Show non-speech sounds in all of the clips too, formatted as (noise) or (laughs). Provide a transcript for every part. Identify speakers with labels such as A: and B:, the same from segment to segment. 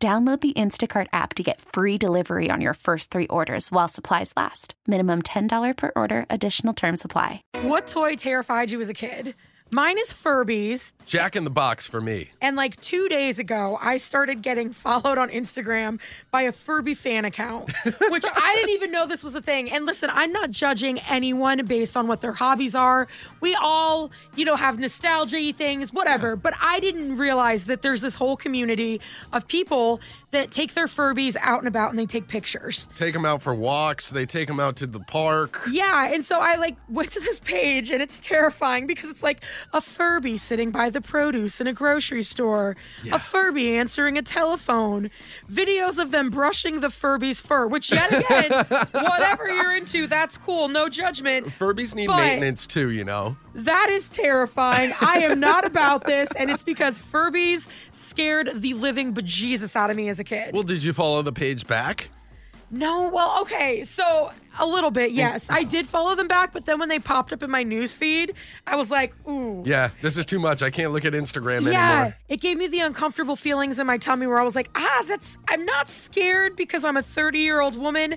A: Download the Instacart app to get free delivery on your first three orders while supplies last. Minimum $10 per order, additional term supply.
B: What toy terrified you as a kid? Mine is Furbies.
C: Jack in the Box for me.
B: And like two days ago, I started getting followed on Instagram by a Furby fan account, which I didn't even know this was a thing. And listen, I'm not judging anyone based on what their hobbies are. We all, you know, have nostalgia things, whatever. But I didn't realize that there's this whole community of people that take their Furbies out and about and they take pictures.
C: Take them out for walks. They take them out to the park.
B: Yeah, and so I like went to this page and it's terrifying because it's like a Furby sitting by the produce in a grocery store, a Furby answering a telephone, videos of them brushing the Furby's fur, which yet again, whatever you're into, that's cool, no judgment.
C: Furbies need
B: But-
C: maintenance too, you know.
B: That is terrifying. I am not about this, and it's because Furbies scared the living bejesus out of me as a kid.
C: Well, did you follow the page back?
B: No, well, okay, so a little bit, yes. I did follow them back, but then when they popped up in my news feed, I was like, ooh.
C: Yeah, this is too much. I can't look at Instagram
B: Yeah,
C: anymore.
B: it gave me the uncomfortable feelings in my tummy where I was like, ah, that's, I'm not scared because I'm a 30 year old woman,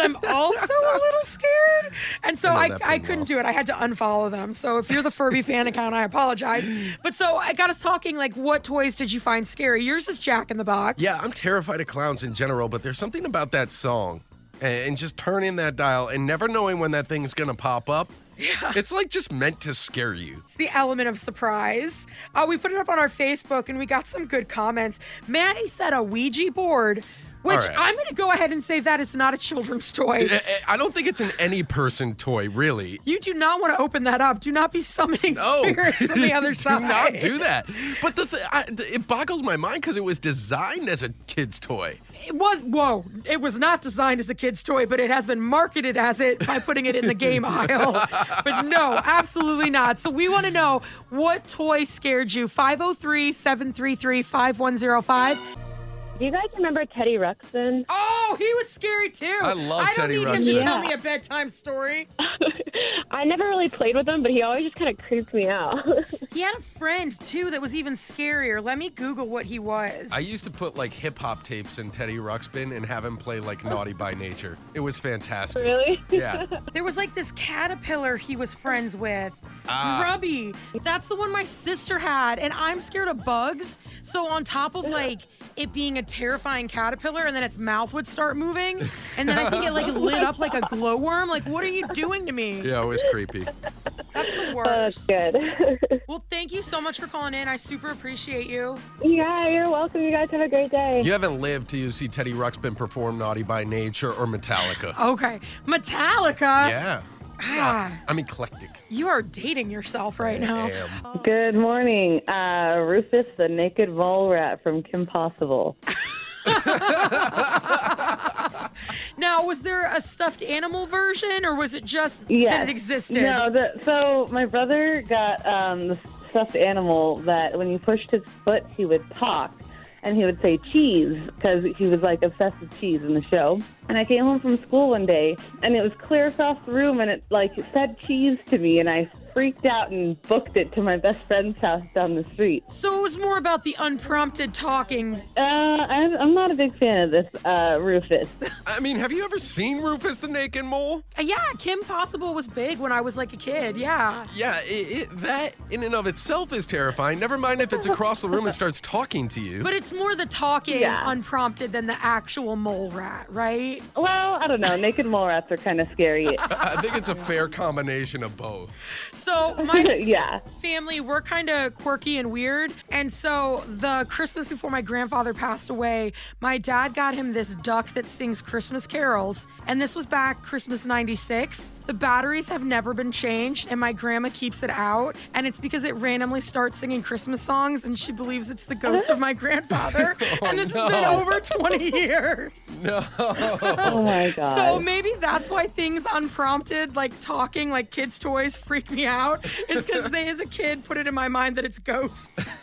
C: (laughs)
B: I'm also a little scared. And so
C: I
B: I,
C: know that
B: I
C: feeling
B: couldn't
C: well.
B: do it. I had to unfollow them. So if you're the Furby fan account,
C: (laughs)
B: I apologize. But so I got us talking like, what toys did you find scary? Yours is Jack in the Box.
C: Yeah, I'm terrified of clowns in general, but there's something about that song and and just turning that dial and never knowing when that thing's going to pop up. Yeah. It's like just meant to scare you.
B: It's the element of surprise. Uh, we put it up on our Facebook and we got some good comments. Maddie said a Ouija board, which
C: All right.
B: I'm going to go ahead and say that is not a children's toy.
C: I- I- I don't think it's an any person toy, really.
B: You do not want to open that up. Do not be summoning
C: No,
B: (laughs) spirits from the other
C: Oh. (laughs) do
B: side.
C: not do that. But the, th- I, th- it boggles my mind because it was designed as a kid's toy.
B: It was whoa. It was not designed as a kid's toy, but it has been marketed as it by putting it in
C: (laughs)
B: the game aisle. But no, absolutely not. So we want to know what toy scared you. 503-733-5105.
D: Do you guys remember Teddy Ruxpin?
B: Oh, he was scary too.
C: I love
B: I don't
C: Teddy
B: need him
C: Ruxpin.
B: to tell
D: Yeah.
B: me a bedtime story.
D: I never really played with him, but he always just kind of creeped me out. (laughs)
B: He had a friend too that was even scarier. Let me Google what he was.
C: I used to put like hip hop tapes in Teddy Ruxpin and have him play like Naughty by Nature. It was fantastic.
D: really?
C: Yeah.
B: There was like this caterpillar he was friends with.
C: Ah.
B: Grubby. That's the one my sister had. And I'm scared of bugs. So, on top of like it being a terrifying caterpillar and then its mouth would start moving, and then I think it like lit up like a glowworm. Like, what are you doing to me?
C: Yeah, it was creepy.
B: That's the
D: Oh,
B: worst.
D: that's good. (laughs)
B: Well, thank you so much for calling in. I super appreciate you.
D: yeah, you're welcome. You guys have a great day.
C: You haven't lived till you see Teddy Ruxpin perform Naughty by Nature or Metallica.
B: Okay. Metallica.
C: Yeah.
B: Ah,
C: I'm eclectic.
B: you are dating yourself right now.
C: Damn.
D: Good morning. Uh, Rufus the Naked Mole Rat from Kim Possible.
B: Now, was there a stuffed animal version or was it just that
D: Yes.
B: it existed?
D: No, the, so my brother got um, the stuffed animal that when you pushed his foot, he would talk. And he would say cheese because he was like obsessed with cheese in the show. And I came home from school one day and it was clear across the room and it like said cheese to me and I freaked out and booked it to my best friend's house down the street.
B: So it was more about the unprompted talking.
D: Uh, I, I'm not a big fan of this, uh, Rufus.
C: I mean, have you ever seen Rufus the Naked Mole?
B: Uh, Yeah, Kim Possible was big when I was like a kid. Yeah.
C: Yeah, it, it, that in and of itself is terrifying. Never mind if it's across the room and starts talking to you.
B: But it's more the talking
D: Yeah.
B: unprompted than the actual mole rat, right?
D: Well, I don't know. Naked mole rats are kind of
B: (laughs)
D: scary.
C: I think it's a fair combination of both.
D: (laughs)
B: So my
D: yeah.
B: family, we're kind of quirky and weird. And so the Christmas before my grandfather passed away, my dad got him this duck that sings Christmas carols. And this was back Christmas 96. The batteries have never been changed, and my grandma keeps it out. And it's because it randomly starts singing Christmas songs, and she believes it's the ghost of my grandfather. and this has been
C: no.
B: over 20 years.
D: Oh my god.
B: So maybe that's why things unprompted, like talking, like kids' toys, (laughs) freak me out. Is because they, as a kid, put it in my mind that it's ghosts. (laughs)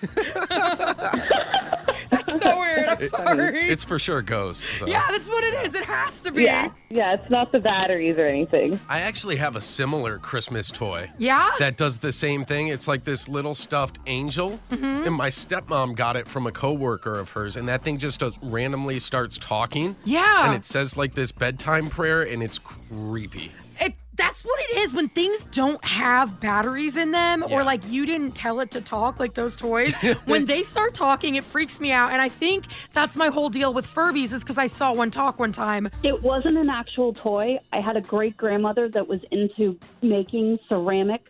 B: that's so weird. I'm sorry.
C: It's for sure ghost. so.
B: yeah, that's what it is. It has to be.
D: yeah, yeah, it's not the batteries or anything.
C: I actually have a similar Christmas toy.
B: Yeah?
C: That does the same thing. It's like this little stuffed angel.
B: Mm-hmm.
C: And my stepmom got it from a coworker of hers. And that thing just does randomly starts talking.
B: Yeah.
C: And it says like this bedtime prayer and it's creepy.
B: it, that's what it is when things don't have batteries in them or
C: Yeah.
B: like you didn't tell it to talk like
C: (laughs)
B: those toys when they start talking it freaks me out and i think that's my whole deal with furbies is because i saw one talk one time
E: It wasn't an actual toy. I had a great grandmother that was into making ceramic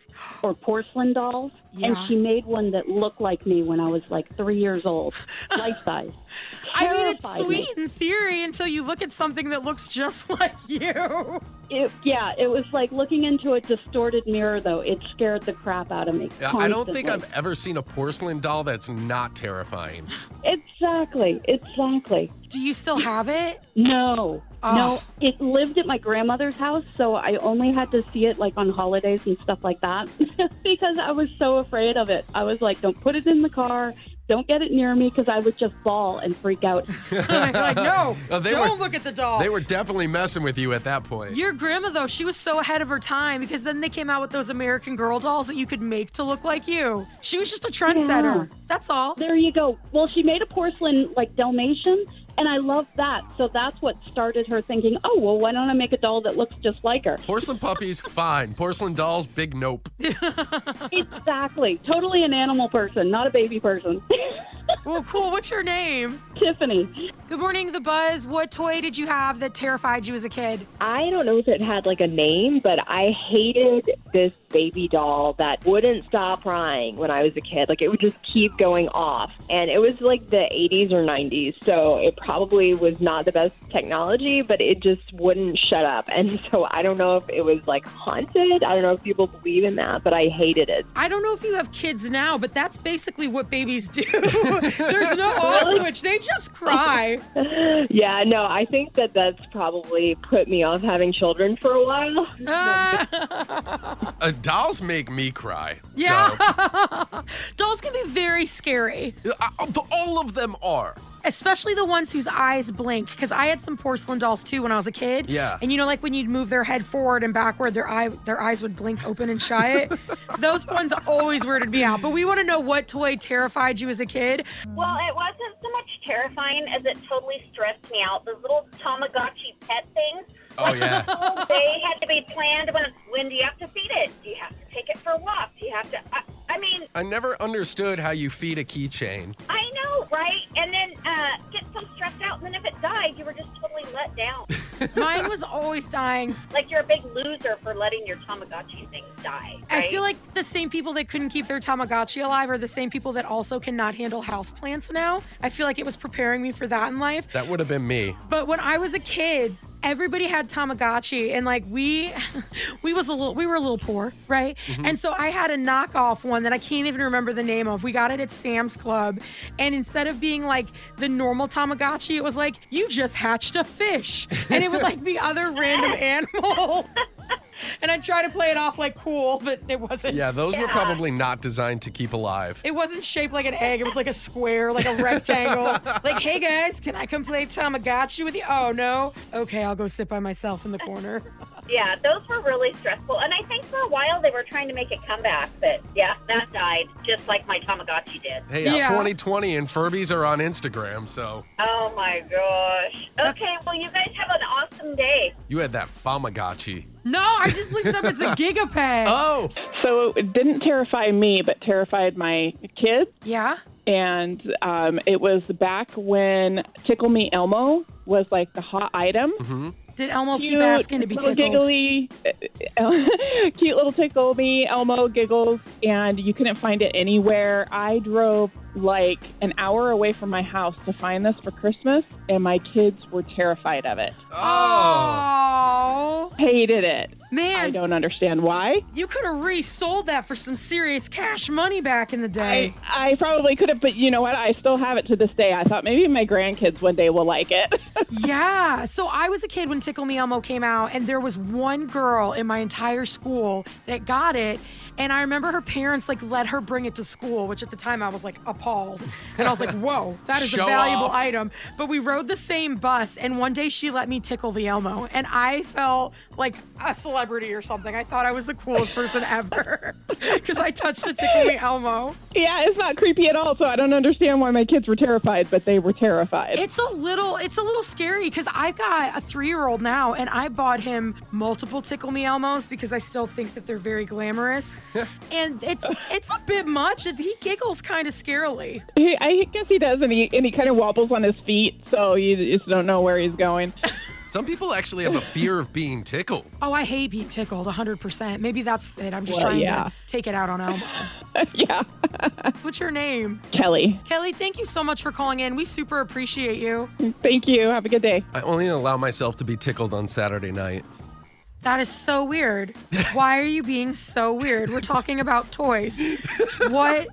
E: or porcelain dolls,
B: Yeah.
E: and she made one that looked like me when I was like three years
D: (laughs)
E: old, life size.
B: i mean it's
E: Terrified me.
B: sweet in theory until you look at something that looks just (laughs) like you
E: It, yeah, it was like looking into a distorted mirror, though. It scared the crap out of me.
C: Yeah, I don't think
E: constantly.
C: I've ever seen a porcelain doll that's not terrifying.
E: Exactly, exactly.
B: do you still have (laughs) it
E: No,
B: Oh.
F: Ah.
E: no. It lived at my grandmother's house, so I only had to see it like on holidays and stuff like that (laughs) because I was so afraid of it. I was like, don't put it in the car. Don't get it near me because I would just fall and freak
F: (laughs)
E: out.
B: like no
C: Oh, they
B: don't
C: were-
B: look at the doll
C: They were definitely messing with you at that point.
B: Your grandma, though, she was so ahead of her time because then they came out with those American Girl dolls that you could make to look like you. She was just a trendsetter. That's all.
E: There you go. Well, she made a porcelain like Dalmatian, and I love that. So that's what started her thinking, oh, well, why don't I make a doll that looks just
F: (laughs)
E: like her?
C: Porcelain puppies, fine. Porcelain dolls, big nope.
E: exactly. Totally an animal person, not a baby person. (laughs)
B: Well, cool. What's your name?
E: Tiffany.
B: Good morning, The Buzz. What toy did you have that terrified you as a kid?
G: I don't know if it had like a name, but I hated this baby doll that wouldn't stop crying when I was a kid. Like it would just keep going off. And it was like the 80s or 90s. So it probably was not the best technology, but it just wouldn't shut up. And (laughs) so I don't know if it was like haunted. I don't know if people believe in that, but I hated it.
B: I don't know if you have kids now, but that's basically what babies do. (laughs) There's no off switch. They just
E: (laughs)
B: cry.
G: Yeah, no, I think that that's probably put me off having children for a while.
B: Ah.
C: Uh, dolls make me cry.
B: yeah.
C: So,
B: (laughs) Dolls can be very scary.
C: I- I- all of them are.
B: especially the ones whose eyes blink because i had some porcelain dolls too when i was a kid
C: Yeah.
B: and you know like when you'd move their head forward and backward their eye their eyes would blink open and shut those ones always weirded me out but we want to know what toy terrified you as a kid
H: Well, it wasn't so much terrifying as it totally stressed me out. Those little Tamagotchi pet things,
C: Oh, yeah.
B: (laughs)
H: they had to be planned when, when do you have to feed it? Do you have to take it for a walk? Do you have to, I, I mean,
C: (laughs) I never understood how you feed a keychain.
H: I know, right? And then uh, get so stressed out, and then if it died, you were just totally let
B: (laughs)
H: down.
B: mine was always dying
H: like you're a big loser for letting your Tamagotchi things die.
B: i feel like the same people that couldn't keep their tamagotchi alive are the same people that also cannot handle houseplants now i feel like it was preparing me for that in life
C: That would have been me.
B: But when I was a kid, everybody had Tamagotchi, and like we, (laughs) we was a little, we were a little poor, right? And so I had a knockoff one that I can't even remember the name of. We got it at Sam's Club, and instead of being like the normal Tamagotchi, it was like you just hatched a fish, and it would like be other random animal. (laughs) and I tried to play it off like cool, but it wasn't.
C: Yeah, those were probably not designed to keep alive.
B: It wasn't shaped like an egg. It was like a square, like a rectangle. like, hey guys, can I come play Tamagotchi with you? Oh no. Okay, I'll go sit by myself in the corner.
H: Yeah, those were really stressful. And I think for a while they were trying to make it come back, but yeah, that died just like my Tamagotchi did.
C: Hey, it's
B: Yeah.
C: 2020 and Furbies are on Instagram, so
H: Oh my gosh. Okay, well, you guys have an awesome day.
C: you had that Famagotchi.
B: No, I just looked it up. (laughs) It's a gigapay.
C: Oh!
F: (laughs) So it didn't terrify me, but terrified my kids.
B: Yeah.
F: And um, it was back when Tickle Me Elmo was like the hot item.
C: Mm-hmm.
B: Did Elmo Oh, keep asking to be
F: little
B: tickled?
F: giggly, (laughs) cute little Tickle Me Elmo giggles, and you couldn't find it anywhere. I drove like an hour away from my house to find this for Christmas, and my kids were terrified of it.
C: Oh!
B: Oh.
F: Hated it. I
B: Man,
F: don't understand why.
B: you could have resold that for some serious cash money back in the
F: I,
B: day.
F: I probably could have, but you know what? I still have it to this day. I thought maybe my grandkids one day will like it. (laughs)
B: yeah. So I was a kid when Tickle Me Elmo came out, and there was one girl in my entire school that got it. And I remember her parents like let her bring it to school, which at the time I was like appalled. And I was
C: (laughs)
B: like, whoa, that is
C: Show
B: a valuable
C: off.
B: item. But we rode the same bus, and one day she let me tickle the Elmo, and I felt like a celebrity or something. I thought I was the coolest person ever (laughs) because I touched a Tickle Me Elmo.
F: yeah, it's not creepy at all. So I don't understand why my kids were terrified, but they were terrified.
B: It's a little, it's a little scary because I've got a three-year-old now, and I bought him multiple Tickle Me Elmos because I still think that they're very glamorous, and it's it's a bit much. It's, he giggles kind of scarily.
F: He, I guess he does, and he and he kind of wobbles on his feet, so you just don't know where he's going.
C: Some people actually have a fear of being tickled.
B: Oh, I hate being tickled, 100%. Maybe that's it. I'm just
F: Well,
B: trying
F: yeah.
B: to take it out on Elmo.
F: (laughs) yeah,
B: What's your name?
F: Kelly.
B: Kelly, thank you so much for calling in. We super appreciate you.
F: Thank you. Have a good day.
C: I only allow myself to be tickled on Saturday night.
B: That is so
C: (laughs)
B: weird. Why are you being so weird? We're talking about toys. What?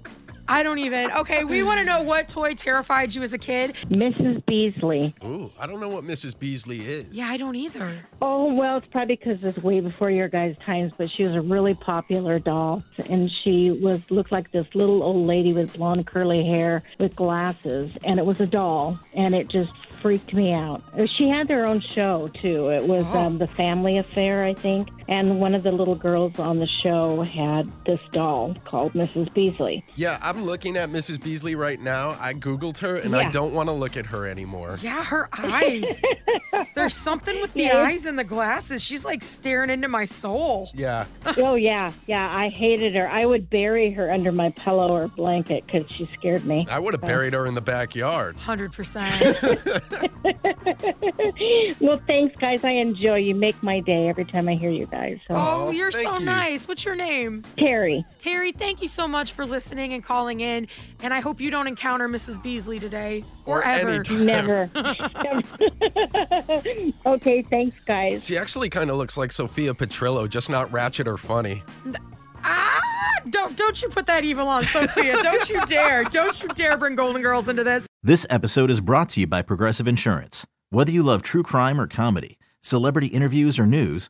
B: I don't even. Okay, we want to know what toy terrified you as a kid.
I: Mrs. Beasley.
C: Ooh, I don't know what Mrs. Beasley is.
B: Yeah, I don't either.
I: Oh, well, it's probably because it's way before your guys' times, but she was a really popular doll. And she was looked like this little old lady with blonde curly hair with glasses. And it was a doll. And it just freaked me out. Uh, She had their own show, too. It was um, The Family Affair, I think. And one of the little girls on the show had this doll called Mrs. Beasley.
C: Yeah, I'm looking at Mrs. Beasley right now. I Googled her and I
I: Yeah.
C: don't want to look at her anymore.
B: Yeah, her
C: (laughs)
B: eyes. There's something with the eyes and the glasses. She's like staring into my soul.
C: Yeah.
I: oh, yeah. Yeah, I hated her. I would bury her under my pillow or blanket because she scared me.
C: I would have buried her in the backyard. (laughs)
B: 100%.
I: well, thanks, guys. I enjoy you. Make my day every time I hear you guys. So,
B: Oh, you're
C: thank
B: so
C: you.
B: nice. What's your name?
I: Terry.
B: Terry, thank you so much for listening and calling in. And I hope you don't encounter Mrs. Beasley today or,
C: Or
B: ever.
C: anytime.
I: Never. (laughs) okay, thanks, guys.
C: She actually kind of looks like Sophia Petrillo, just not ratchet or funny.
B: Ah, don't don't you put that evil on Sophia. don't you dare. Don't you dare bring Golden Girls into this.
J: This episode is brought to you by Progressive Insurance. Whether you love true crime or comedy, celebrity interviews or news,